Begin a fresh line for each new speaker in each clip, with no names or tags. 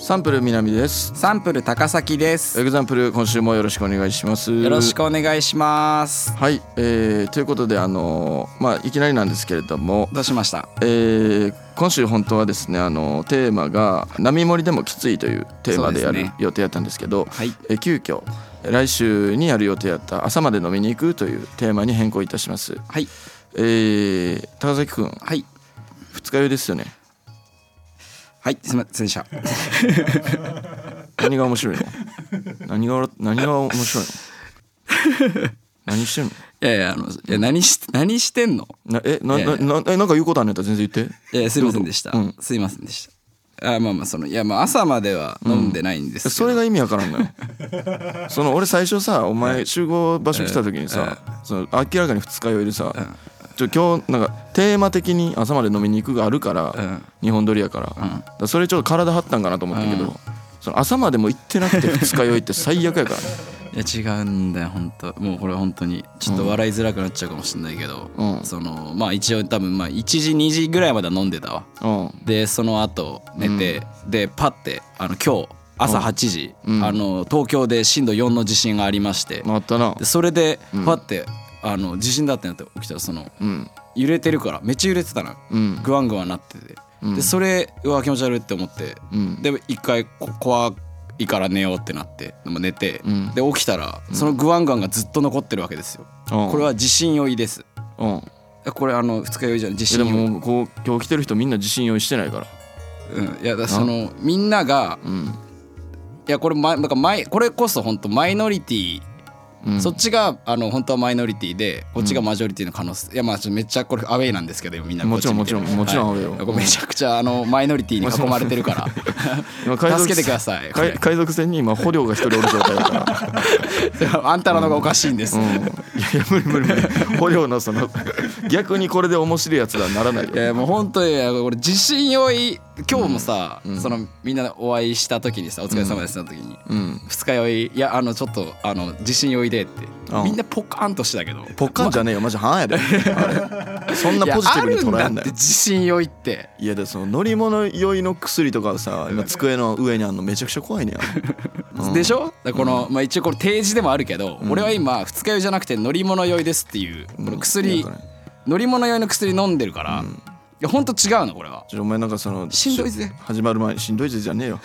サンプル南です
サンプル高崎です
エグザンプル今週もよろしくお願いします
よろしくお願いします
はい、えー、ということであのーまあいきなりなんですけれども、
どうしました
えー、今週本当はですねあのーテーマが波盛りでもきついというテーマでや
そうで
る
すね
予定やったんですけど
はい
えー急遽えー来週にやる予定やった朝まで飲みに行くというテーマに変更いたします
はい
えー、高崎くん
はい
二日酔いですよね
はいすみま せんでした
何が面白いの何が何が面白いの 何してんの
いやいやあのいや何し何してんの
なえない
やいや
ななえなんか言うことあんのやったら全然言って
いやすみませんでした、
うん
すみませんでしたあまあまあそのいやまあ朝までは飲んでないんですけど、
それが意味わからんのよ その俺最初さお前集合場所来た時にさ、その明らかに二日酔いでさ、ちょ今日なんかテーマ的に朝まで飲みに行くがあるから、
うん
日本撮りやから,、だからそれちょっと体張ったんかなと思ったけど、
うん
その朝までも行ってなくて二日酔いって最悪やからね
いや違うんだよ本当もうこれ本当にちょっと笑いづらくなっちゃうかもしれないけど、
うん
そのまあ一応多分まあ1時2時ぐらいまでは飲んでたわ
うん
でその後寝て、でパッてあの今日朝8時、
うん
あの東京で震度4の地震がありまして、
まああったな
でそれで
ん
パッて、あの地震だってなって起きたらその
うん
揺れてるからめっちゃ揺れてたな、
うん
グワングワンなってて、
うん
でそれうわ気持ち悪いって思って、
うん
で一回こ怖いから寝ようってなってでも寝て、
ん
で起きたらそのグワングワンがずっと残ってるわけですよ、
うん
これは地震酔いです
うんい
これあの二日酔いじゃない地
や
震
で
酔い
ももうこう今日来てる人みんな自信用意してないから
うん、いやだそのみんなが
うん
いやこれまなんかマイこれこそ本当マイノリティ
うん
そっちがあの本当はマイノリティでこっちがマジョリティの可能性、いやまあちょっとめっちゃこれアウェイなんですけど今みんな
もちろん
こっ見てる
もちろんもちろんア
はい
ウェイよ
めちゃくちゃあのマイノリティに囲まれてる から
今海賊
助けてくださいこれ
海海賊船に今捕虜が一人おる状態だから
あんたらのがおかしいんです、
うん
い
いやいや無理無理無理捕虜のその逆にこれで面白いやつだならないよ
やいやもう本当にいや俺自信酔い今日もさ、そのみんなでお会いした時にさお疲れ様ですの時に、
うん
二日酔いいやあのちょっとあの自信酔いでって
うん
みんなポカンとしてたけど
ポッカンじゃねえよマジはんやであれそんなポジティブに捉えん
いやあるん
な
だ
よ
って自信酔いって
いやでその乗り物酔いの薬とかさ今机の上にあんのめちゃくちゃ怖いねや、うん
でしょだからこの、まあ、一応これ提示でもあるけど、俺は今二日酔いじゃなくて乗り物酔いですっていうこの薬、
うんなんか
乗り物酔いの薬飲んでるから、いやほんと違うのこれは
ちょお前なんかその
しんどいぜ
始まる前にしんどいぜじゃねえよ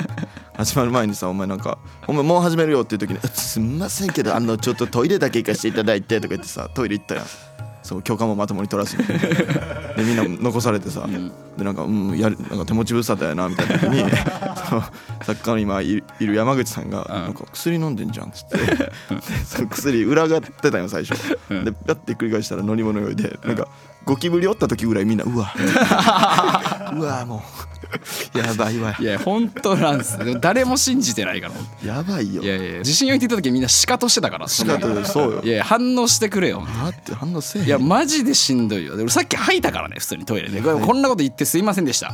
始まる前にさお前なんか「お前もう始めるよ」っていう時に「 すんませんけどあのちょっとトイレだけ行かせていただいて」とか言ってさトイレ行ったやんそう許可もまともに取らずにでみんな残されてさ、でなんか,、うん、やるなんか手持ち無沙汰やなみたいな時に その作家の今いるいる山口さんが「なんか薬飲んでんじゃん」っ つってでその薬裏がってたよ最初、でパッて繰り返したら乗り物酔いで、なんかゴキブリおった時ぐらいみんな「う わうわもうやばいわ
いや本当なんですでも誰も信じてないから
やばいよ
いやいや自信酔いって言った時みんなシカトしてたから
しかとそうよ
いや反応してくれよ
だって反応せえへん
いやマジでしんどいよで俺さっき吐いたからね普通にトイレでこれこんなこと言ってすいませんでした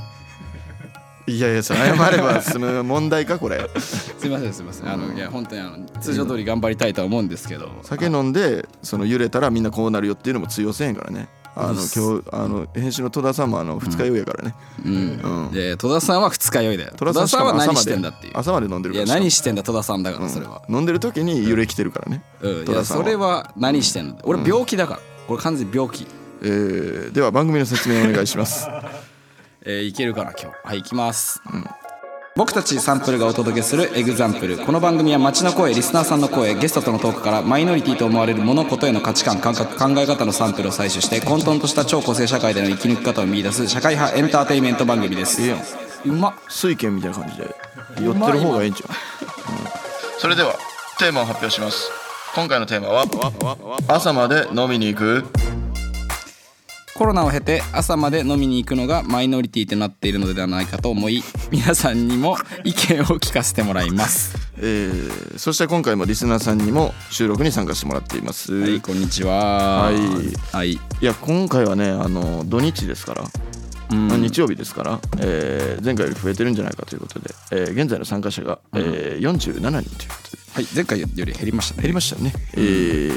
いやいやそれ謝れば済む問題かこれ
すいませんすいませんあのいや本当にあの通常通り頑張りたいとは思うんですけど
酒飲んでその揺れたらみんなこうなるよっていうのも通用せえへんからねあの今日あの編集の戸田さんもあの二日酔いやからね
うんいやいや戸田さんは二日酔いだよ戸
戸
田さん
田さん
は
は
何し
朝
てんだ
ま
ってい
で
う
朝まで飲んでる
い
か
や
ら
何
し
してんだ戸田さんだからそれは、
かも飲んでる時に揺れ来てるからね
うんい
戸
や
田さん
そ
は
れは何してんの俺病気だからこれ完全に病気、
えーでは番組の説明お願いします
えーいけるかな今日はい行きます、僕たちサンプルがお届けするエグザンプルこの番組は街の声リスナーさんの声ゲストとのトークからマイノリティと思われる物事への価値観感覚考え方のサンプルを採取して混沌とした超個性社会での生き抜き方を見出す社会派エンターテインメント番組です
ええやん
うまっ
水拳みたいな感じで寄ってる方がいいんじゃん、それではテーマを発表します今回のテーマは朝まで飲みに行く
コロナを経て朝まで飲みに行くのがマイノリティとなっているのではないかと思い皆さんにも意見を聞かせてもらいます。
えーそして今回もリスナーさんにも収録に参加してもらっています、、
はいいこんにちは。
はい
はい
や今回はねあの土日ですからまあ日曜日ですから、えー前回より増えてるんじゃないかということで、えー現在の参加者が、えー47人ということで
はい、前回より減りましたね。
減りましたね。え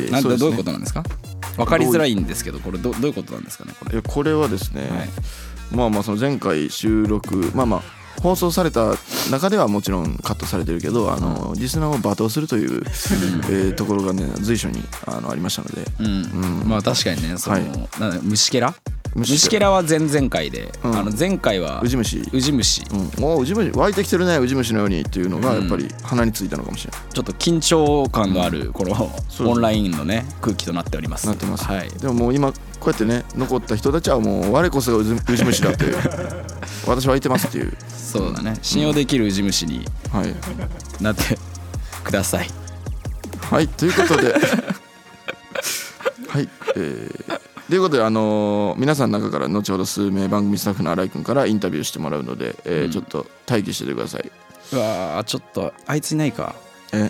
ー
なん
そ
で
ですね
どういうことなんですか分かりづらいんですけど、これどどういうことなんですかねこれ。
えこれはですね、
はい
まあまあその前回収録まあまあ放送された中ではもちろんカットされてるけどあのリスナーを罵倒するという、えーところがね随所にあのありましたので、
うんまあ確かにねその、
はい
なんだ虫けら
虫けら
虫けらは前々回で、
ん
あの前回は
ウジ虫、う
ウジ虫ちょ
ん、おーウジ虫湧いてきてるねウジ虫のようにっていうのがやっぱり鼻についたのかもしれない、
っと緊張感のあるこの、
う
オンラインのね空気となっております。
なってます、
はい
でももう今こうやってね残った人たちはもう我こそがウジウジ虫だという 私は湧いてますっていう
そうだね信用できるウジ虫に
はい
なって ください。
はい、ということで。はい、えーということで、あのー皆さんの中から後ほど数名番組スタッフの新井君からインタビューしてもらうので、えーちょっと待機しててください。
うわーちょっとあいついないか
え、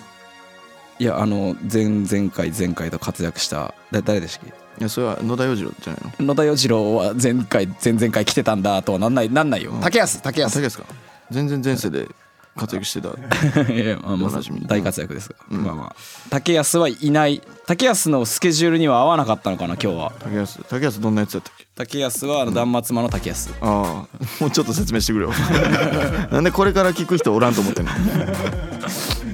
いやあの前々回前回と活躍しただ誰でしたっけ
いや、それは野田洋次郎じゃないの。
野田洋次郎は前回前々回来てたんだとはなんないなんないよ、竹安竹
あ、
安
竹ですか。全然前世で活躍してた。
いやまあまあ
おなじみ
大活躍ですが、まあまあ竹安はいない竹安のスケジュールには合わなかったのかな今日は
竹安、竹安どんなやつだったっけ。
竹安はあの断末魔の竹安、
ああ、 もうちょっと説明してくれよ。なんでこれから聞く人おらんと思ってんの。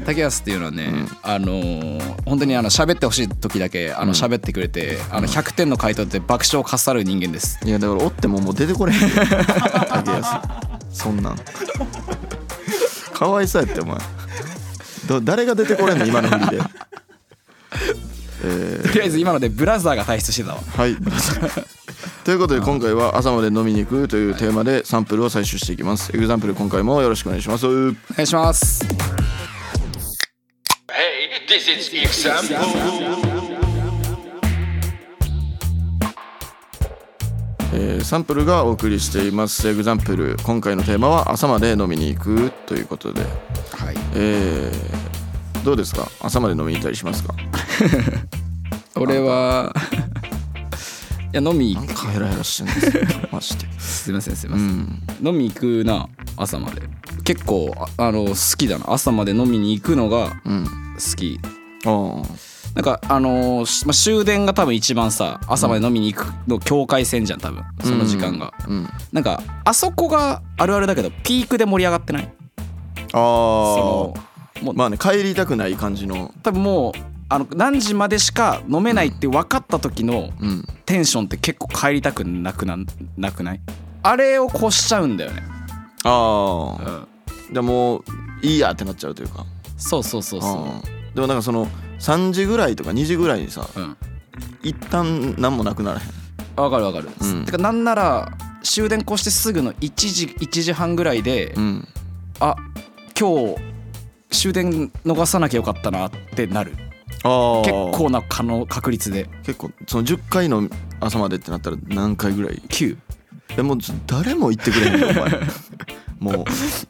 竹安っていうのはね、あのー本当にあの喋ってほしい時だけあの喋ってくれて、あの100点の回答で爆笑をかっさる人間です
いや、だから、おっても、もう出てこれへんよ。竹安。そんなん。かわいそうやって、お前。ど、誰が出てこれんの、今の振りで。え
とりあえず今のでブラザーが退出してたわ
ーはい。 ということで、今回は朝まで飲みに行くというテーマで、サンプルを採取していきます。エグザンプル、今回もよろしくお願いします。
お願いします
Hey, this is example.
えーサンプルがお送りしています。エグザンプル、今回のテーマは朝まで飲みに行くということで。
はい
えーどうですか。朝まで飲みに行ったりしますか。
俺は いや飲み
なんかヘラヘラしてんですよ。マジで。
すいませんすいません、飲み行くな朝まで結構ああの好きだな朝まで飲みに行くのが
うん。
好き、
あ
なんかあのーしまあ、終電が多分一番さ朝まで飲みに行くの境界線じゃん多分その時間が、
あ、うん。あ
なんかあそこがあるあるだけどピークで盛り上がってない
あ
そ。のもう、
まあね、帰りたくない感じの。
多分もうあの何時までしか飲めないって分かった時の
うん。
テンションって結構帰りたくなくなんなくないあれを越しちゃうんだよね、
あ
う
あ。
ん、
でも、いいやってなっちゃうというか。
そうそうそうそ
あーでも、なんか、その。3時ぐらいとか2時ぐらいにさ
ううん
一旦何もなくならへん
わかるわかる、
うん
てかなんなら終電越してすぐの1時1時半ぐらいで、
うん
あ今日終電逃さなきゃよかったなってなる
あー
結構な可能確率で
結構その10回の朝までってなったら何回ぐらい
9
えもうちょ誰も行ってくれへ んよお前もう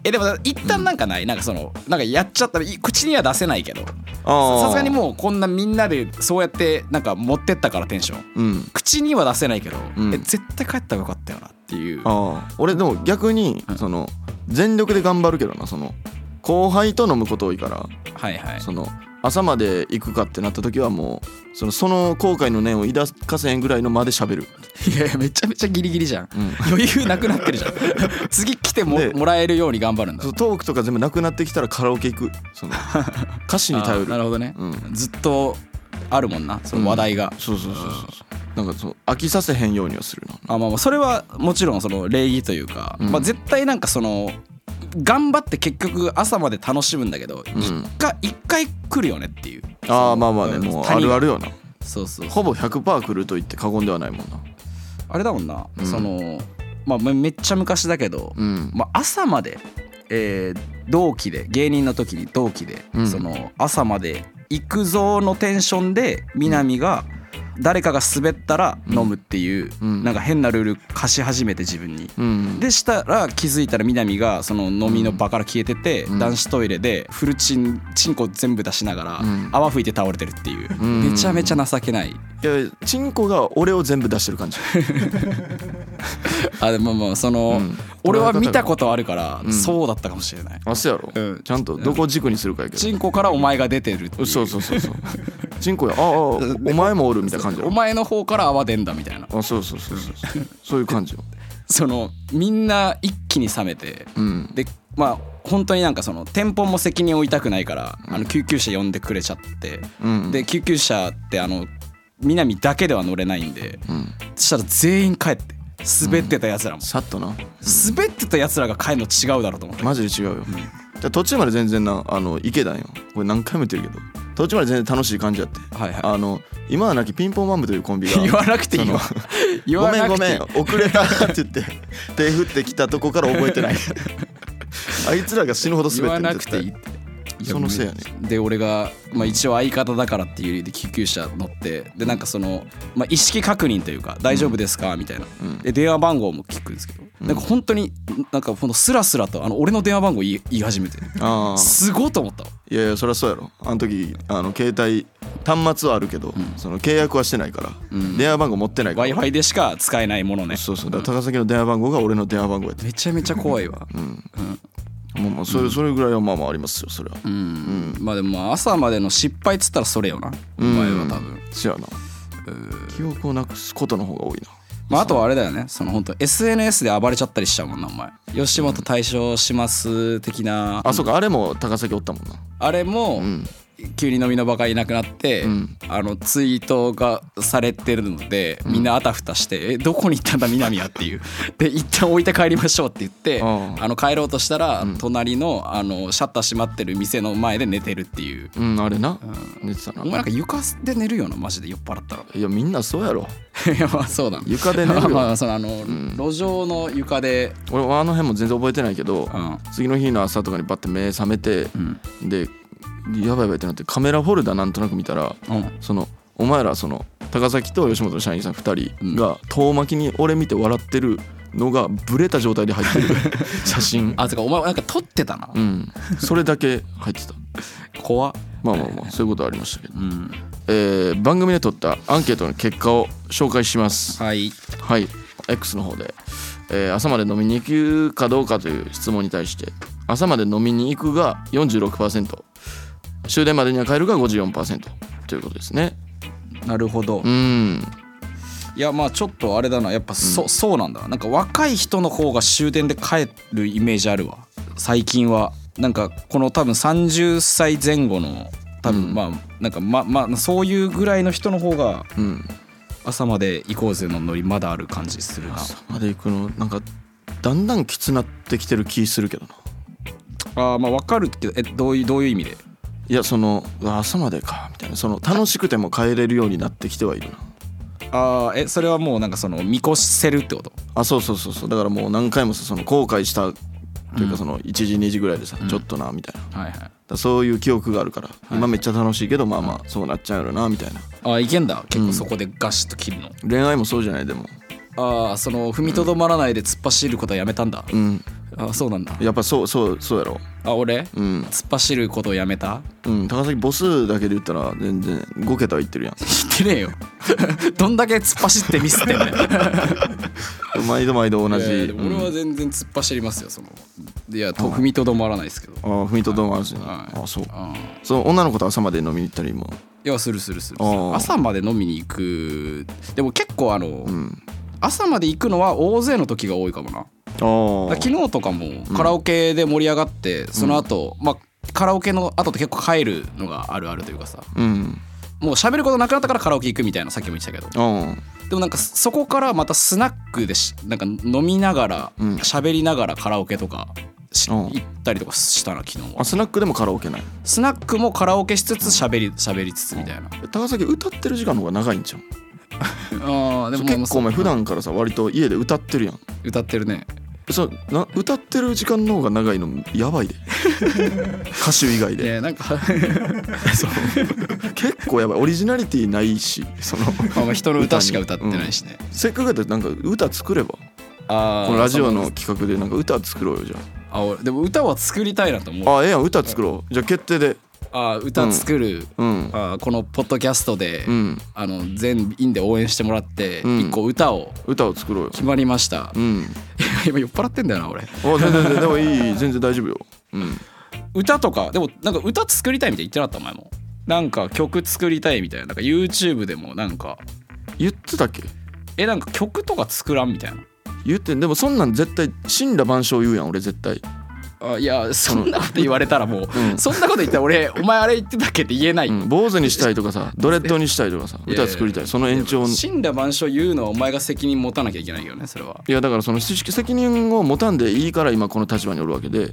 えでも一旦なんかない、なんかそのなんかやっちゃったい口には出せないけどさ
あー
さすがにもうこんなみんなでそうやってなんか持ってったからテンション
うん
口には出せないけど、
うん
え絶対帰った方がよかったよなっていう
ああ俺でも逆にその全力で頑張るけどなその後輩と飲むこと多いから
はいはい
その朝まで行くかってなった時はもうそのその後悔の念を抱かせへんぐらいのまで喋る
いやいやめちゃめちゃギリギリじゃん、
ん
余裕なくなってるじ ゃん次来ても
で
もらえるように頑張るんだ
そのトークとか全部なくなってきたらカラオケ行くその歌詞に頼
あー
る
なるほどね、
う
ずっとあるもんなその話題が、
そうそうそうそうそうなんかそう飽きさせへんようにはするな
あまあまあそれはもちろんその礼儀というか、
ん
まあ、絶対なんかその頑張って結局朝まで楽しむんだけど、一回一回来るよねっていう
ああまあまあねもうあるあ
る
るよな
そうそう
ほぼ100%来ると言って過言ではないもんな
あれだもんな、
ん
そのまあめめっちゃ昔だけど、
うん
まあ、朝まで、えー同期で芸人の時に同期で、
うん
その朝まで行くぞのテンションで南が誰かが滑ったら飲むっていう、
うん
なんか変なルール課し始めて自分に。
うん
でしたら気づいたら南がその飲みの場から消えてて、
ん
男子トイレでフルチンチンコ全部出しながら
ん
泡吹いて倒れてるっていう、
ん
めちゃめちゃ情けない
いやチンコが俺を全部出してる感じ
あでもまあその、俺は見たことあるから、そうだったかもしれない
あそうやろ、
うん
ちゃんとどこを軸にするかやけど
チンコからお前が出てるっていう
そうそうそうそうチンコやああお前もおるみたいな感じや
お
ろ
前の方から泡出んだみたいな
あそうそうそうそうそうそういう感じよ
そのみんな一気に冷めて、
うん
でまあ本当になんかその店舗も責任を負いたくないから、あの救急車呼んでくれちゃって、
うん
で救急車ってあの南だけでは乗れないんで、
ん
そしたら全員帰って滑ってたやつらも、
さっとな
滑ってたやつらが帰るの違うだろうと思って、
マジで違うよ、じゃあ途中まで全然なあの池だよこれ何回も言ってるけど途中まで全然楽しい感じやって、
はいはい
あの今はなきピンポンマンブというコンビが
言わなくていいわ
その
言
ご
わ
め
なんく
ご
てい
め
い
ん遅れたって言って手振ってきたとこから覚え てないあいつらが死ぬほど
言
滑っ
わ
てる
なくていいっ
絶
て
対そのせいやね
で俺が、まあ、一応相方だからっていう理由で救急車乗ってでなんかその、まあ、意識確認というか「大丈夫ですか?」みたいな、で電話番号も聞くんですけど、なんか本当になんかほんとスラスラとあの俺の電話番号言い言い始めて
ああ
すごいと思ったわ
いやいやそりゃそうやろあの時あの携帯端末はあるけど、その契約はしてないから、電話番号持ってない
w
から
i f i でしか使えないものね
そうそうだから高崎の電話番号が俺の電話番号やって
めちゃめちゃ怖いわ、
もうもうそれそれぐらいはまあまあありますよそれはうん
まあでもまあ朝までの失敗っつったらそれよなお前は多分、
そやな記憶をなくすことの方が多いな
まあ、あとはあれだよねその本当 SNS で暴れちゃったりしちゃうもんなお前吉本対象します的な
あそうかあれも高崎おったもんな
あれも、急に飲みの場がいなくなって、あのツイートがされてるのでみんなあたふたして「えどこに行ったんだ南は」っていう で一旦置いて帰りましょうって言って
ああ
あの帰ろうとしたら、隣のあのシャッター閉まってる店の前で寝てるっていう
うんあれな、寝てた
お
な
前なんか床で寝るよなマジで酔っ払ったら
いやみんなそうやろ
いやまあそうだな
床で寝るよ
まあそのあの、路上の床で
俺はあの辺も全然覚えてないけど、
ん
次の日の朝とかにバッて目覚めて、でやばいやばいってなってカメラフォルダなんとなく見たら、
うん
そのお前らその高崎と吉本の社員さん2人が遠巻きに俺見て笑ってるのがブレた状態で入ってる 写真
あてかお前なんか撮ってたな、
うんそれだけ入ってた
怖っ
まあまあまあそういうことはありましたけど、
ん
えー番組で取ったアンケートの結果を紹介します
はい
はい X の方で、えー朝まで飲みに行くかどうかという質問に対して朝まで飲みに行くが46%終電までには帰るが54%ということですね
なるほど、
うん
いやまあちょっとあれだなやっぱそ,、うそうなんだなんか若い人の方が終電で帰るイメージあるわ最近はなんかこの多分30歳前後の多分まあなんかままあそういうぐらいの人の方が
うん
朝まで行こうぜのノリまだある感じするな
朝まで行くのなんかだんだんきつなってきてる気するけどな
ああまあわかるけどえどういうどういう意味で
いやそのうわ朝までかみたいなその楽しくても帰れるようになってきてはいるな
ああえそれはもうなんかその見越せるってこと
あそうそうそうそうだからもう何回もさその後悔したというかその1時2時ぐらいでさ、ちょっとなみたいな
はいは
だ
い
からそういう記憶があるから、今めっちゃ楽しいけどまあまあそうなっちゃうよなみたいな
ああいけんだ結構そこでガシッと切るの、
恋愛もそうじゃないでも
ああその踏みとどまらないで突っ走ることはやめたんだ、
うん
ああそうなんだ
やっぱそうそうそうやろ
あ俺、
うん
突っ走ることをやめた
うん高崎ボスだけで言ったら全然5桁はいってるや
言ってねえよ どんだけ突っ走ってミスってんだ
ん
よ
毎度毎度同じ、
いやいやでも
うん
俺は全然突っ走りますよそのいやと踏みとどまらないですけど
ああ踏みとどまるしな、
はい
ああそう
あ
その女の子と朝まで飲みに行ったりも
いやするするする
あー
朝まで飲みに行くでも結構あの、朝まで行くのは大勢の時が多いかもな
あ
だから昨日とかもカラオケで盛り上がって、その後、まあカラオケの後って結構帰るのがあるあるというかさ
うん
もう喋ることなくなったからカラオケ行くみたいなさっきも言ってたけど
あ
でもなんかそこからまたスナックでしなんか飲みながら
うん
喋りながらカラオケとかし
うん
行ったりとかしたな昨日
あ
は
スナックでもカラオケない
スナックもカラオケしつつ喋り喋りつつみたいな
高崎歌ってる時間の方が長いんじゃん
ああでも
結構お前普
段
段からさ割と家で歌ってるやん
歌ってるね
そうな歌ってる時間の方が長いのや ばいで歌手以外
い
で
やなんか
結構やばいオリジナリティないしそ の
まあまあ人の歌しか歌ってないしね、
せっかくやったらなんか歌作れば
ああ
このラジオの企画でなんか歌作ろうよじゃ
あ俺でも歌は作りたいなと思う
ああええやん歌作ろうじゃあ決定で
あー歌作る、
うん
あーこのポッドキャストで、
うん
あの全員で応援してもらって、
ん
一個歌を
歌を作ろうよ
決まりました、
うん
今酔っ払ってんだよな俺
お全然全然でもいい全然大丈夫ようん
歌とかでもなんか歌作りたいみたいに言ってなかったお前もなんか曲作りたいみたいななんか YouTube でもなんか
言ってたっけ
えなんか曲とか作らんみたいな
言ってでもそんなん絶対神羅万象言うやん俺絶対
あいやそんなこと言われたらもう、そんなこと言ったら俺 お前あれ言ってたっけって言えない、
うん坊主にしたいとかさドレッドにしたいとかさ
いや
歌作りたいその延長
死んだ万象言うのはお前が責任持たなきゃいけないよねそれはい
やだからその責責任を持たんでいいから今この立場におるわけで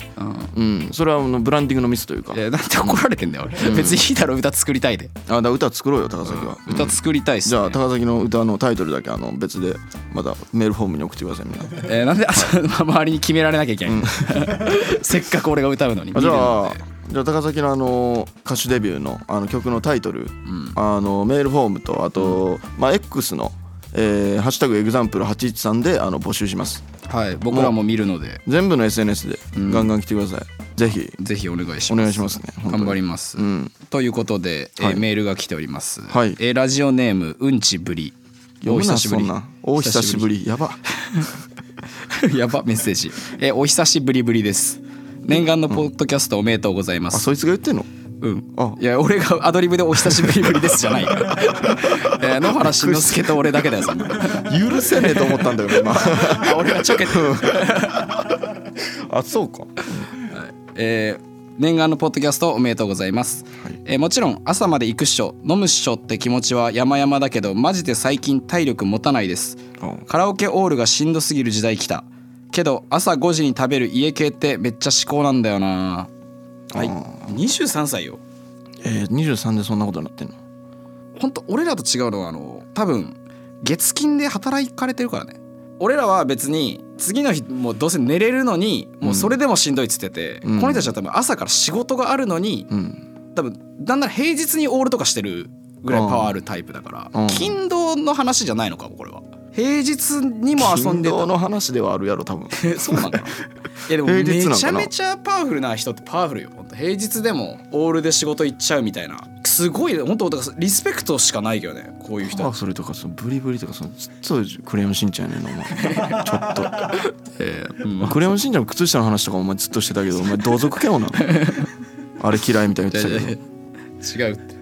うん
うんそれはあのブランディングのミスというか
えなんて怒られてんだよ俺、別にいいだろ歌作りたいで、
あだから歌作ろうよ高崎は、
歌作りたいっす、ね、
じゃあ高崎の歌のタイトルだけあの別でまだメールフォームに送ってくださいみんな
えーなんであそうまあ周りに決められなきゃいけない、 せっかく俺が歌うのに
あじゃ
見
あ
てるので
じゃあ高崎のあの歌手デビューのあの曲のタイトル、あのメールフォームとあと、まあ、X の「えーハッシュタグエグザンプル813」であの募集します
はい僕らも見るので
全部の SNS でガンガン来てください、ぜひ
ぜひお願いします
お願いしますね本当に
頑張ります、
ん
ということで、えー
はい
メールが来ております、
はい
えーラジオネームうんちぶり
読むなそんなんお久しぶりやば
やばメッセージ、えーお久しぶりぶりです念願のポッドキャストおめでとうございま
あ
す、
そいつが言ってんの
うん
あ
いや俺がアドリブで「お久しぶりぶりです」じゃないよ、 えー野原しんのすけと俺だけだよそんな
許せねえと思ったんだよ今
あ俺がちょけてる
あそうか
えー念願のポッドキャストおめでとうございます、
はい
えーもちろん朝まで行くっしょ飲むっしょって気持ちは山々だけどマジで最近体力持たないです
うん
カラオケオールがしんどすぎる時代来たけど朝5時に食べる家系ってめっちゃ至高なんだよなはい23歳よ
えー、23でそんなことになってんの
本当俺らと違うのはあの多分月金で働かれてるからね俺らは別に次の日もうどうせ寝れるのにもうそれでもしんどいっつってて、
ん
この人たちは多分朝から仕事があるのに、
うん
多分なんなら平日にオールとかしてるぐらいパワーあるタイプだから、
うん
勤労の話じゃないのかもこれは平日にも遊んで
勤労
た
の話ではあるやろ多分
えそうなの かないやでも
平
め
日なのかな
ちゃめちゃパワフルな人ってパワフルよ本当平日でもオールで仕事行っちゃうみたいなすごい本当だからリスペクトしかないけどねこういう人
パワフルとかそのブリブリとかそのずっとクレヨンしんちゃんやねんなお前ちょっと
えーうん
クレヨンしんちゃんの靴下の話とかお前ずっとしてたけどお前同族嫌悪なの あれ嫌いみたいに言ってたけど
違うって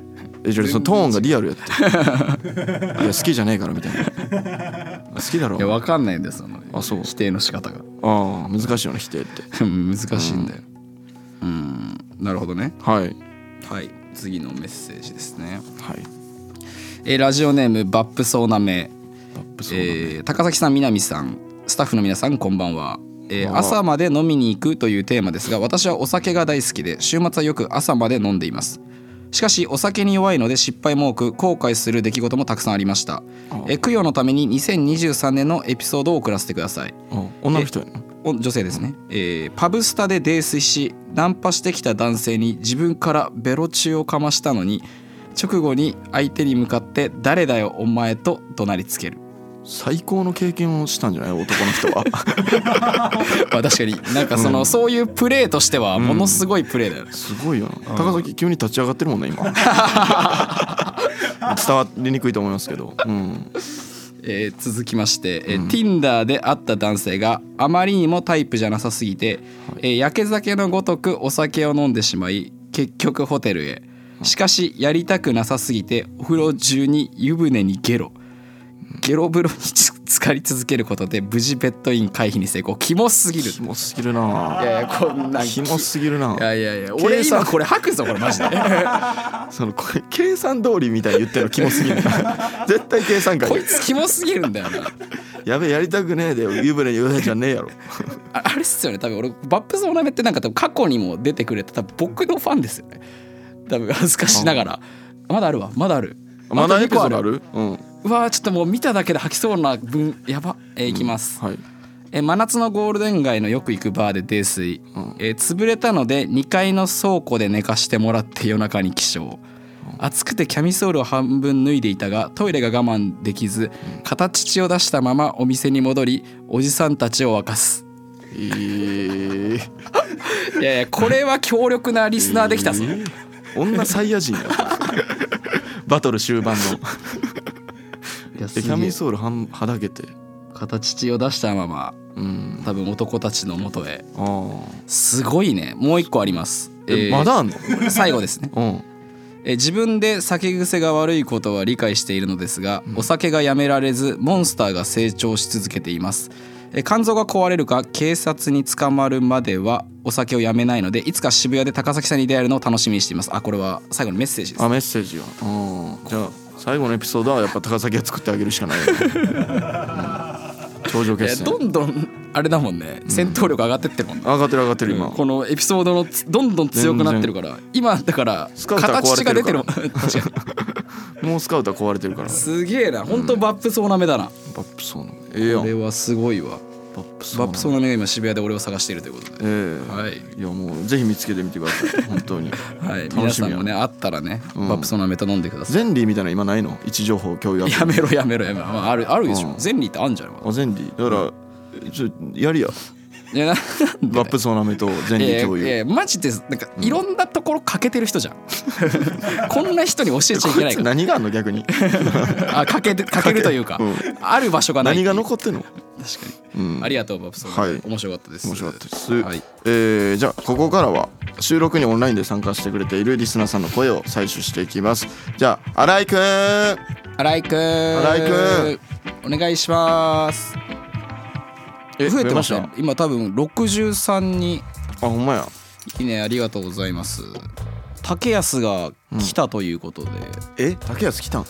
えじゃあそのトーンがリアルやっ ていや好きじゃねえからみたいな好きだろ
いやわかんないんだよその
あそう
否定の仕方が
ああ難しいよね否定って
難しいんだようんなるほどね
はいはい
はい次のメッセージですねえーラジオネームバップそうなめ
ラップそうだね
えー高崎さん南さんスタッフの皆さんこんばんは、
こ
えー
んばんは
朝まで飲みに行くというテーマですが私はお酒が大好きで週末はよく朝まで飲んでいますしかしお酒に弱いので失敗も多く後悔する出来事もたくさんありましたえー供養のために2023年のエピソードを送らせてください
あ女の人やな
お女性ですね、えーパブスタで泥酔しナンパしてきた男性に自分からベロチューをかましたのに直後に相手に向かって「誰だよお前」と怒鳴りつける
最高の経験をしたんじゃない男の人は
まあ確かになんかその、そういうプレーとしてはものすごいプレーだよね、
すごいよな高崎急に立ち上がってるもん ね今伝わりにくいと思いますけど、うん、
えー続きまして、えー Tinder で会った男性があまりにもタイプじゃなさすぎて、えー焼け酒のごとくお酒を飲んでしまい結局ホテルへしかしやりたくなさすぎてお風呂中に湯船にゲロゲロ風呂につ浸かり続けることで無事ベッドイン回避に成功キモすぎる
キモすぎるない
やいやこんなん
キモすぎるない
やいやい や俺今これ吐くぞこれマジ で
そのこれ計算通りみたいに言ってるのキモす ぎる絶対計算外
こいつキモすぎるんだよな
やべえやりたくねえで湯船に言うやつじゃねえやろ
ああれっすよね多分俺バップスオナメってなんか多分過去にも出てくれた多分僕のファンですよね多分恥ずかしながらまだあるわまだある
まだエピソードあ
あと二個
るうん
うわーちょっともう見ただけで吐きそうな分やばえーいきます、
はい
えー真夏のゴールデン街のよく行くバーで泥酔、
うん
えー潰れたので2階の倉庫で寝かしてもらって夜中に起床暑くてキャミソールを半分脱いでいたがトイレが我慢できず片乳を出したままお店に戻りおじさんたちを沸かす
えー
いやいやこれは強力なリスナーできたぞ
女サイヤ人や バトル終盤の
いや
でキ
す
ャ
げえ
ミソールはんはだけて
片乳を出したまま
うん
多分男たちの元へ
あー
すごいねもう一個あります
え
えー
まだあんの
最後ですね
うん
えー自分で酒癖が悪いことは理解しているのですが、お酒がやめられずモンスターが成長し続けていますえー肝臓が壊れるか警察に捕まるまではお酒をやめないのでいつか渋谷で高崎さんに出会えるのを楽しみにしていますあこれは最後のメッセージです
あメッセージはうんじゃあ最後のエピソードはやっぱ高崎が作ってあげるしかない よね、うん頂上
いや
決戦
どんどんあれだもんね戦闘力上がってってるもんね、
上がってる上がってる今、
このエピソードのつどんどん強くなってるから今だから
スカウター壊
形
れ
が
て
出
る
て
か
るも
ら
ん確 かに
もうスカウター壊れてるから
すげえな本当バップそうな目だな、
バップソーのええやん
これはすごいわ
バップソー
バ
の
ップそうな目が今渋谷で俺を探しているということで
ええ
はい
いやもうぜひ見つけてみてくだ さい本当に
はい、皆
楽し
さ
み
ん
や
もねあったらね、
うん
バップソナメタ飲んでください
ゼンリーみたいなの今ないの位置情報共有アプリ
やめろやめろやめろ、まあ、あるあるでしょ、
うん
ゼンリーって あんじゃんまだ
あゼンリーだからえちょや りや
いやな
バップソーナメとゼン
い
リー
や
共有
いやマジでなんかいろんなところ欠けてる人じゃん、 こんな人に教えちゃいけ
こ
ないい
つ
か
何があんの逆に
らあ欠けて欠けるというか、
うん
ある場所がない
何が残ってんの
確か
う
に、
ん
ありがとうバップソナメ、
はい
面白かったです
面白かったです、
はい
えーじゃあここからは収録にオンラインで参加してくれているリスナーさんの声を採取していきますじゃあ新井くん
新井くん
新井
くんお願いします
え
増えてまし
増
た
え
今多分63に
あほんまや
いいねありがとうございます竹安が来たということで、
え竹安来たん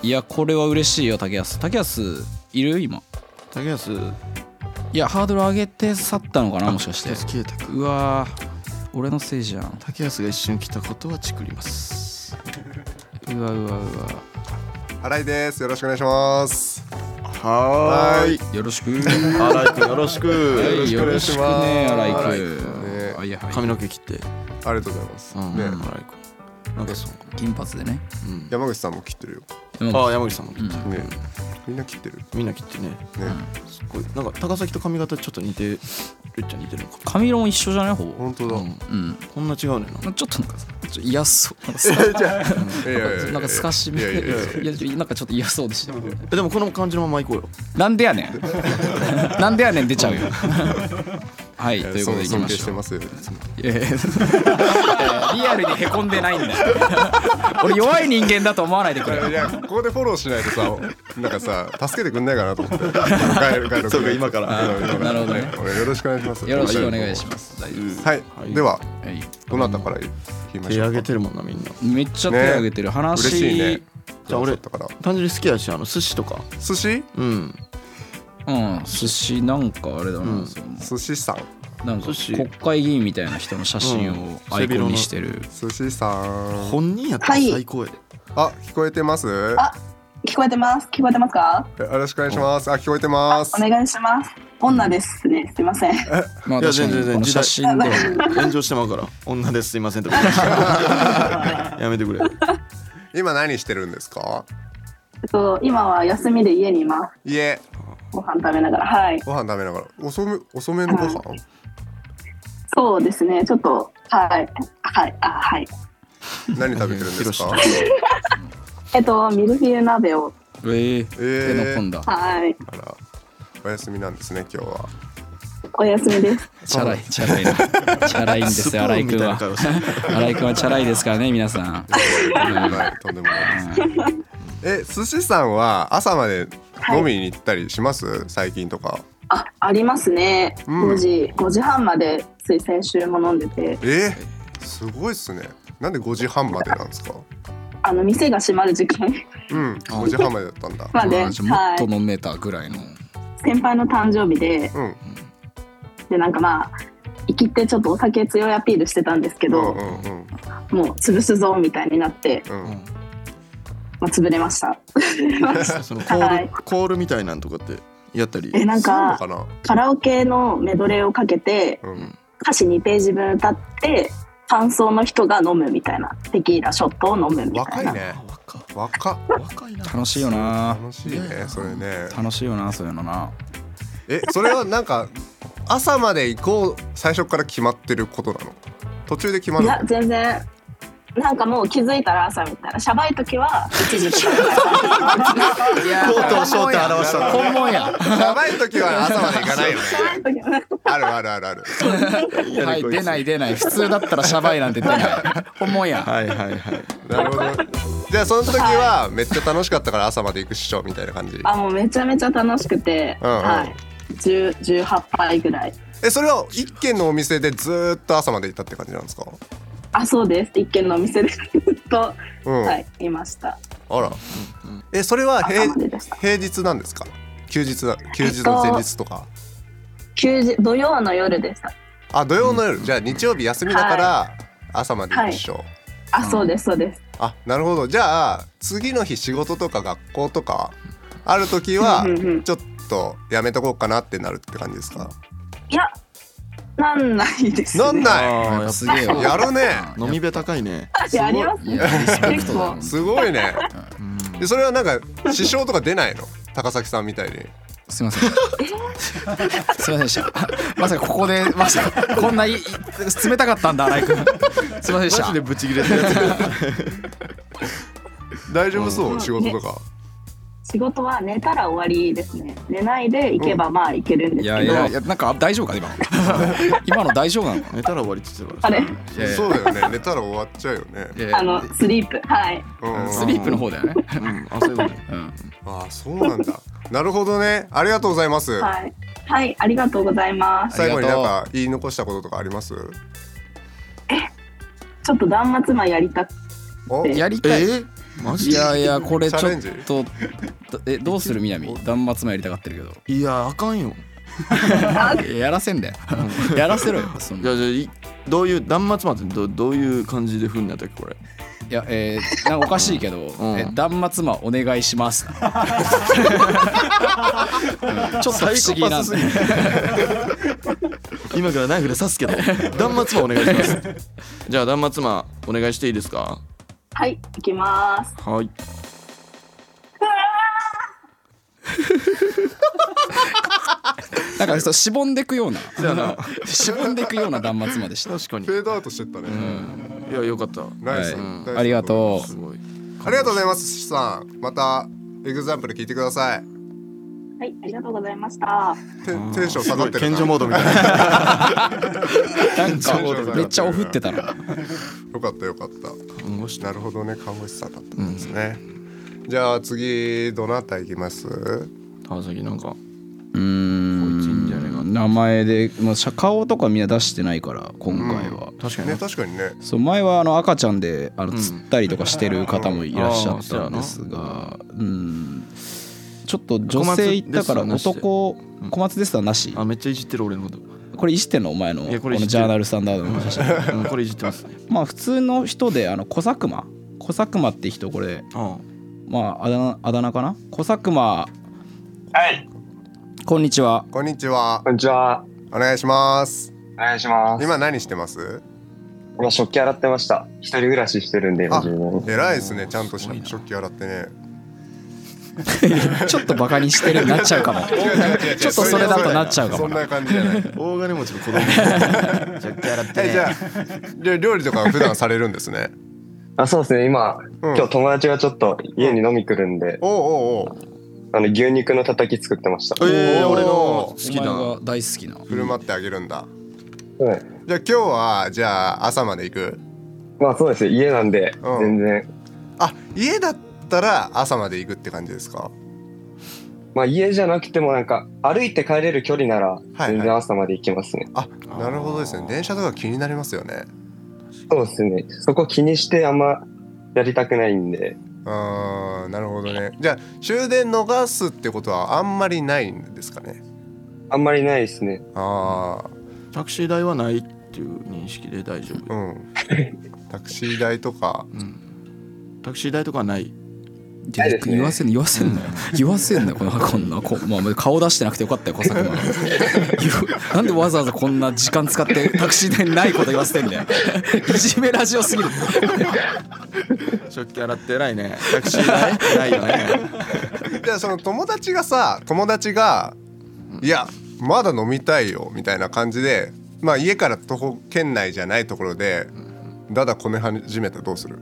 いやこれは嬉しいよ竹安竹安いる今
竹安
いやハードル上げて去ったのかなもしかして
竹安消えたか
うわー俺のせいじゃん
竹安が一瞬来たことはチクります
うわうわうわ
新井です。よろしくお願いします。
はーい
よろしく
新井くんよろしく、
はいよ
よ
ろ
ろ
し
し
く
く
ね
お
荒
願いします
井
ね
君はいは
髪
い
の毛切って、
ありがとうございます。
うん
ね
新井くんなんかそう、
金髪でね
うん、
山口さんも切ってるよ。
山
あ
口
あ山口さんも切って、
ね、みんな切ってる。ね、
みんな切ってねすごいなんか高崎と髪型ちょっと似てるっちゃ似てるのか
髪色も一緒じゃないほぼ
本当だ。
うん
うん
こんな違うねんな
ちょっとなんかちょっと嫌そう なんかさ
いやいやいやいや
なんかすかしみ
いやいやいや
いやちょなんかちょっと嫌そうでした
えでもこの感じのまま行こうよ
なんでやねん なんでやねん出ちゃうよはいと
い
いう
や
こと
そ
で
う
いき
尊
ま
敬
し
し
ょ
て
う
ます。
いやいや リアルにへこんでないんだよ俺弱い人間だと思わないでくれよ
いやここでフォローしないとさ、なんかさ助けてくんないかなと思って。帰る帰 る。
そうか今から
うん今か
な
ら
るほどね
俺よろしくお願いします。
よろしくお願いします大丈夫です
す。はい。では
はい
どなたから言いま
手
しょ
上
う
げ
か。
てるもんなみんな
めっちゃ手挙げてる話
嬉しいね。
じゃあ俺
だから
単純に好きやしあの寿司とか
寿司
うん
うん寿司なんかあれだな、その
寿司さん
なんか
寿司
国会議員みたいな人の写真
うん
をアイコンにしてる、
寿司さん。
本人やったら
はい
最高やで、
あ聞こえてます？よ
あ聞こえてます。聞こえてますか？
ろしくお願いします。あ聞こえてます
お。願いします。女ですね。すいません。
まあ
いや
確か
全
に
然全然
この写真 でも
炎上してまうから女ですすいませんとか やめてくれ
今何してるんですか？
えっと今は休みで家にいます。
家
ご飯食べながら、はい。
ご飯食べながら遅め遅めのご飯
そうですね。ちょっとはいはいあはい。
何食べてるんですか
広
えっとミルフィーユ鍋を
えー、
えー
手の込んだ
はい
あらお休みなんですね今日は
お休みです。
チャラいチャラい なチャラいんです
ス
よ
プ
新
ー
井
ンみ
君
たい
は
な顔して
新井君はチャラいですからね皆さん
とんでもないとんでもないですえ寿司さんは朝まで飲みに行ったりします、最近とか
あありますね。
うん
5時5時半までつい先週も飲んでて、
えすごいっすねなんで5時半までなんですか
あの店が閉まる時間
うん5時半までだったんだ
まで、
あーじゃあ
は
もっ
い。
と飲めたぐらいの、
先輩の誕生日で
うん
でなんかまあ生きてちょっとお酒強いアピールしてたんですけ
う
ど。
んうんうん
もう潰すぞみたいになって、
うん
まあ、潰れました。
そのコール、
はい
コールみたいなんとかってやったり
えなん
そうか
か
な
カラオケのメドレーをかけて
うん
歌詞2ページ分歌って感想の人が飲むみたいなテキーラショットを飲むみた
若
い
い
な。
ね
若っ
若っ
若いな
楽しいよな
楽しいねそれね
楽しいよなそういうのな
えそれはなんか朝まで行こう最初から決まってることなの途中で決ま
い
るの
や全然なんかもう気づいたら朝みたいなシャバい時 は1時とか
いや
コートをショートで表したの
本物や
やばい時は朝まで行かないよね
シャバい時は
あるあるあるある
やね
はい
こいつ
出ない出ない普通だったらシャバいなんて出ない本物や
はいはいはい
なるほどじゃあその時はめっちゃ楽しかったから朝まで行くっしょみたいな感じ
あもうめちゃめちゃ楽しくて、
うんうん
はい10 18杯ぐらい
えそれは一軒のお店でずーっと朝まで行ったって感じなんですか
あそうです一軒のお店で ずっと、
うん
はいいました
あらえそれは平
朝まででした
平日なんですか休日な休日の前日とか
休日土曜の夜でした
あ土曜の夜じゃあ日曜日休みだから朝まで行くっしょ、
あそうですそうです
あなるほどじゃあ次の日仕事とか学校とかある時は
うんうんうん
ちょっとやめとこうかなってなるって感じですか
いやなんないですね
なんない
ああ
すげえわ
やるね
飲みべ高いね
いやあります
いやリスペクトだな
すごいねでそれはなんか支障とか出ないの高崎さんみたいに
すいません。すいませんでした。まさかここで、まさかこんないい冷たかったんだ、新井君。すいませんでし
マジ
た
で。ブチ切れてるやつ
大丈夫そう仕事とか
仕事は寝たら終わりですね寝ないで行けばまあ行けるんです
い
けど、
やいやいや、なんか大丈夫か、今の。今の大丈夫なのか
寝たら終わりって言ってた
あ
から
れ
いやいや
そうだよね寝たら終わっちゃうよね
な。いや
あ
いや
のスリープはい
うん
スリープの方だよね。
うんあそういうことね
うん。
あそうなんだなるほどねありがとうございます、
はいはいありがとうございます
最後に
あり
な
がと
ん
う
か言い残したこととかあります
ちょっと断末魔やりたく
お
え
やり
え
たい。
ーマジ
い
で
やいや、これちょ
チャレ
っ
ンジ
と。え、どうする、南。断末もやりたがってるけど。
いやあかんよ
いややらせんだよ。やらせろよ。その
じゃあじゃあいどういう断末魔ってどどういう感じでふんなったっけこれ
いや、えー、なんかおかしいけど、
ん
え断末魔お願いし ます。うんちょっと不思議なんだ。
今からナイフで刺す けど断末魔お願いし ますじゃあ断末魔お願いしていいですか
はい行きます
はい
なんかそうしぼんでくような
やな
しぼんでくような断末魔でした。
確かに
フェードアウトしてったね、
いやよかった
ナイス、
はい
ナイス
ありがと
す
う。
ごい
ありがとうございますしさんまたエグザンプル聞いてください
はいありがとうございました
テンテンション
す
下
ご
がっ
い
てる
賢者
な
モードみたいな
なんかめっちゃおふってたな。
よかったよかった
看護師
なるほどね看護師さんだったんですね、じゃあ次どなた行きます
川崎なんか
うー
こいついいんじゃねえか
ん。名前で、まあ、社顔とかみんな出してないから今回は。
確かに
ね
ね
確かにね
そう前はあの赤ちゃんであの釣ったりとかしてる方もいらっしゃったんですが、うん、ちょっと女性行ったから
小松です
男小松ですはなし
あめっちゃいじってる俺 のこと、
これいじってんのお前の
いやこ
こ
れ
の
いじって
ジ
る
ャーナルスタンダードの写真
うん、これいじってますね
まあ普通の人であの小佐久間小佐久間って人これ
あ
まああだ名あだ名かな小佐久間
はい。
こんにちは
こんにちは
こんにちは。
お願いします
お願いします。
今何してます
今食器洗ってました。一人暮らししてるんで、今
あ
自分。
偉いですねちゃんとし食器洗ってね
ちょっとバカにしてるなっちゃ うかも ちょっとそれだとなっちゃうか
そ
も
ん
な
な感じじゃな い
あ大金持ちの子供若干洗って
え
ね
じゃありょ料理とか普段されるんです ね
あ、そうですね。今、今日友達がちょっと家に飲み来るんで、
おうおうおう
あの牛肉のたたき作ってました。
えー、
おー
俺の好
お
き
前
な
が大好きな
振る舞ってあげるんだ
はい。
じゃあ今日はじゃあ朝まで行く
まあそうですね。家なんで、
うん
全然。
あ家だったら朝まで行くって感じですか
まあ家じゃなくてもなんか、歩いて帰れる距離なら、
はい
全然朝まで行きますね。
あなるほどですね電車とか気になりますよね
そうですね。そこ気にしてあんまやりたくないんで。
あーなるほどねじゃあ終電逃すってことはあんまりないんですかね
あんまりないですね。
あ
タクシー代はないっていう認識で大丈
あ
夫、
うん タクシー代とか
タクシー代とかはない
ないですね
言わせん言わせんなよ言わせんなよこのこんなこ、まあ、顔出してなくてよかったよ小佐久間 言うなんでわざわざこんな時間使ってタクシー代にないこと言わせてんだよいじめラジオすぎる
食器洗って偉いねタクシー代ないよ ね
じゃあその友達がさ友達が「いやまだ飲みたいよ」みたいな感じでまあ家から徒歩圏内じゃないところでダダこね始めたらどうする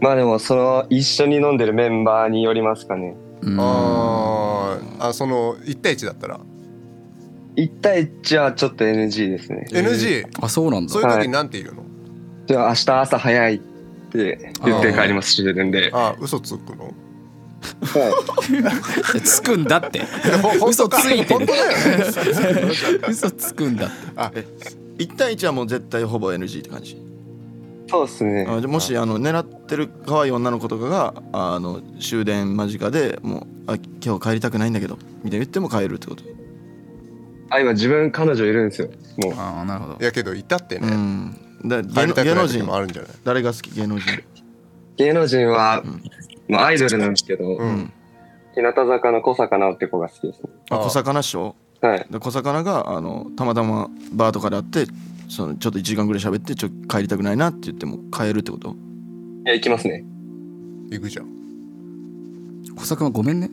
まあでもその一緒に飲んでるメンバーによりますかね
うん
あーあその1対1だったら
1対1はちょっと NG ですね
NG
あそうなんだ
そういう時なんて言うの
じゃあ明日朝早いって言って帰りますしてるんで
あ嘘つくの
はい
つくんだって嘘ついてる
本当だよね
嘘つくんだって
1対1はもう絶対ほぼ NG って感じ
そうですね
あじゃあもしあの狙ってる可愛い女の子とかがあの終電間近でもうあ今日帰りたくないんだけどみたいな言っても帰るってこと
あ今自分彼女いるんですよもう
ああなるほど
いやけどいたって
う
ね
んだ芸
入り
能
たく
芸
な
能
い時
人
もあるんじゃない
誰が好き芸能人
芸能人は、まあ、アイドルなんですけど、
うん
日向坂の小坂直って子が好きですね
あ
あ
小魚師匠
はい
で小魚があのたまたまバーとかで会ってそのちょっと1時間ぐらい喋ってちょ帰りたくないなって言っても帰るってこと
いや行きますね
行くじゃん
小坂ごめんね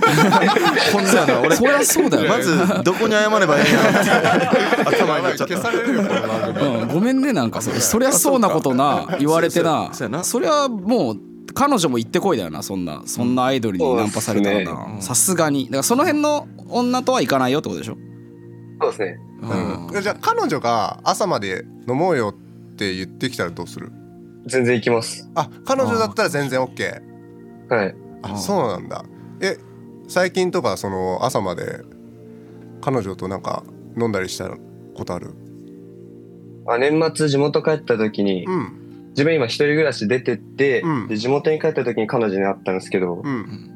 こんなの俺
そりゃそうだよ
まずどこに謝ればいい なって頭になっちゃっ
消
た
されるよこの番組
うん、ごめんねなんかそれそりゃそうなことな言われてな
そうやそうやそうやな
そりゃもう彼女も行ってこいだよなそんなそんなアイドルにナンパされたら
そうっ
す
な
ね
さすがにだからその辺の女とは行かないよってことでしょ、
そうですね
う
うん
ん
じゃあ彼女が朝まで飲もうよって言ってきたらどうする
全然行きます
あ彼女だったら全然 OK
はい
あ
うん
そうなんだえ最近とかその朝まで彼女となんか飲んだりしたことある
まあ、年末地元帰った時に、
うん
自分今一人暮らし出てって、
うん
で地元に帰った時に彼女に会ったんですけど、
うん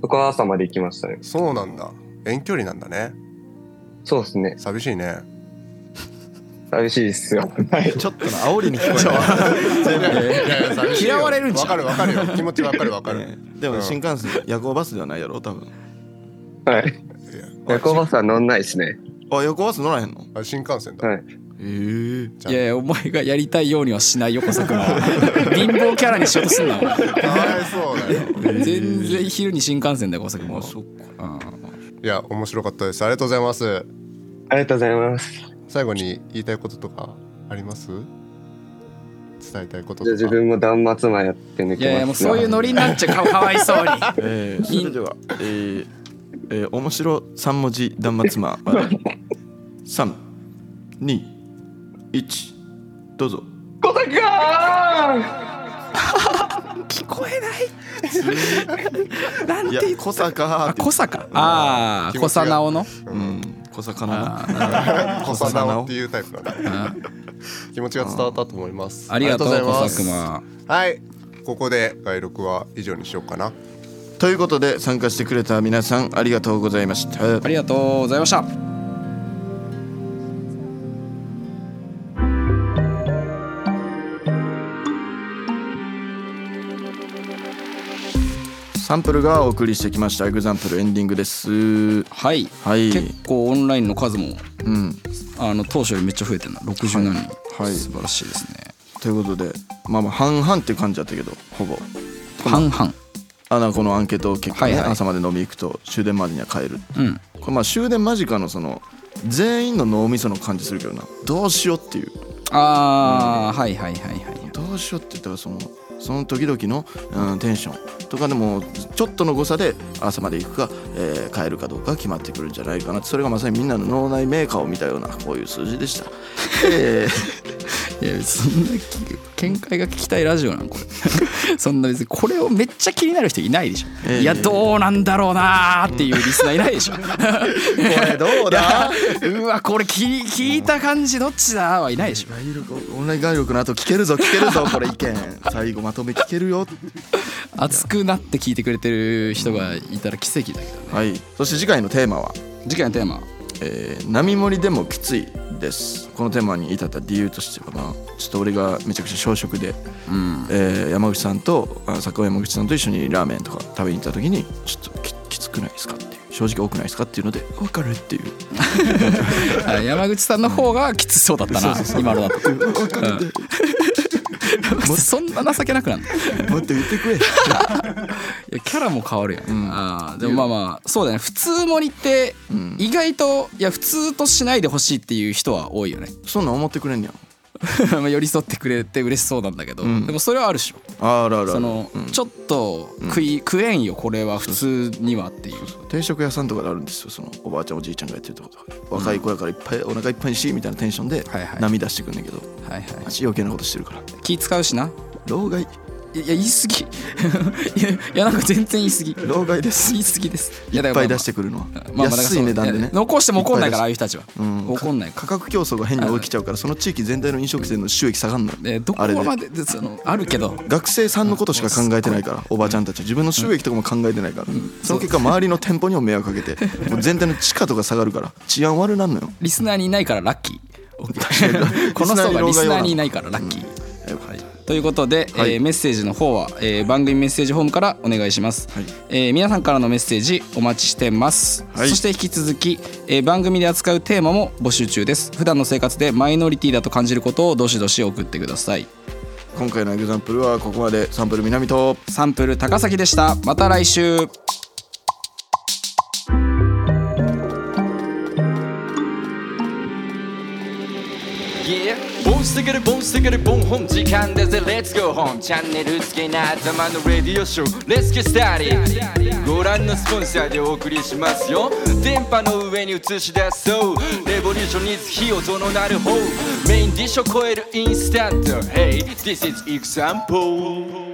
そこは朝まで行きましたね
そうなんだ遠距離なんだね
そうですね
寂しいね
寂しいっすよはい
ちょっとな煽りに聞こえた
嫌われるんじゃん
わかるわかるよ気持ちわかる わか
ね
る
で
う
も
ん
新幹線夜行バスではないやろ多分
はい夜行バスは乗んないですね
あ夜行バス乗らへんの
あ新幹線だ
はい
ええ
いやいやお前がやりたいようにはしないよ小坂は貧乏キャラにしようとすんな
かわいそうだ よ
全然昼に新幹線だよ小坂も
あそっか
うん
いや面白かったですありがとうございます
ありがとうございます
最後に言いたいこととかあります伝えたいことと
じゃあ
か
自分も断末魔やって抜きます
いやいやもうそういうノリになっちゃうかかわい そうに
え ー、それでは、えーえー、面白三文字断末魔三二一どうぞ
小坂 ー
聞こえ ないなん
いや
て言っ
小坂
あ
って
小坂ああ
気持ち
小
が
坂直の
うん小坂
あ
な
ーなるほど
小さなおっていうタイプなんだ
あ
気持ちが伝わったと思います
ありがとう
ありがとうござ
小
います
坂間
はいここで外録は以上にしようかな
ということで参加してくれた皆さんありがとうございました
ありがとうございました
サンプルがお送りしてきましたエグザンプルエンディングです
はい、
はい
結構オンラインの数も
うん
あの当初よりめっちゃ増えてるな67人、
はい
素晴らしいですね
ということでまあまあ半々って感じだったけどほぼ
半々
あのこのアンケート結果ね、
はいはい
朝まで飲み行くと終電までには帰る
うん
これまあ終電間近のその全員の脳みその感じするけどなどうしようっていう
ああ、はいはいはいはい
どうしようって言ったらそのその時々の、うん、テンションとかでもちょっとの誤差で朝まで行くか、えー帰るかどうか決まってくるんじゃないかなそれがまさにみんなの脳内メーカーを見たようなこういう数字でした、えー
いやそんなき見解が聞きたいラジオなんこれ そんな別にこれをめっちゃ気になる人いないでしょ、
ええ
いやどうなんだろうなーっていうリスナーいないでし ょ これ
どうだ
うわこれ聞聞いた感じどっちだはいないでしょ
外力オンライン外力の後聞けるぞ聞けるぞこれ意見最後まとめ聞けるよ
熱くなって聞いてくれてる人がいたら奇跡だけどね
はいそして次回のテーマは
次回のテーマ
えー波盛りでもきついですこのテーマに至った理由としてはまあちょっと俺がめちゃくちゃ小食で、
うん
えー山口さんとあ坂上山口さんと一緒にラーメンとか食べに行った時にちょっとききつくないですかっていう正直多くないですかっていうので分かるっていう
あ山口さんの方がきつそうだったな、今のだと、うんそんな情けなくなる
もっと言ってくれ
いやキャラも変わるよね、あーでもまあまあそうだね普通盛りって意外といや普通としないでほしいっていう人は多いよね
そんなん思ってくれんねやん
まあ 寄り添ってくれて嬉しそうなんだけど、
うん
でもそれはあるでしょ
あるあるあ
そ
る
の、
うん
ちょっと食い、食えんよこれは普通にはっていう
定食屋さんとかであるんですよそのおばあちゃんおじいちゃんがやってるとことか若い子やからいっぱいお腹いっぱいにしみたいなテンションで
はいはい
涙してくんだけど
はいはい
マジ余計なことしてるから
気使うしな
老害
いやいや言い過ぎ いやいやなんか全然言い過ぎ
老害です
言
い
い過ぎですいやだ
っ
か
ぱ
ら
い
まあ
出してくるのは
まあまあだから
安い値段で
そう
ね
や残しても怒んないからああ
っぱ
い
出
う人たち
う
は、
ん
怒んない
価格競争が変に大きちゃうからその地域全体の飲食店の収益下がんのよ
でどこ
あれで
まででそのあるけど
学生さんのことしか考えてないからおばあちゃんたちは自分の収益とかも考えてないからその結果周りの店舗にも迷惑かけてもう全体の地価とか下がるから治安悪なんのよ
リスナーにいないからラッキ ー
に
この人がリ
リ
ス
ス
ナ
ナ
ー
ー
に
に
い
い
な
ない
からラッキー、
はい
ということで、
はい
えーメッセージの方は、えー番組メッセージフォームからお願いします、
はい
えー皆さんからのメッセージお待ちしてます、
はい
そして引き続き、えー番組で扱うテーマも募集中です普段の生活でマイノリティだと感じることをどしどし送ってください
今回のエグザンプルはここまでサンプル南と
サンプル高崎でしたまた来週
ボンステカルボンステカルボンホン時間だぜ Let's go home チャンネルつけない頭のレディオショー Let's get started ご覧のスポンサーでお送りしますよ電波の上に映し出そうレボリューションに火をとのなる方メインディッシュを超えるインスタント Hey this is example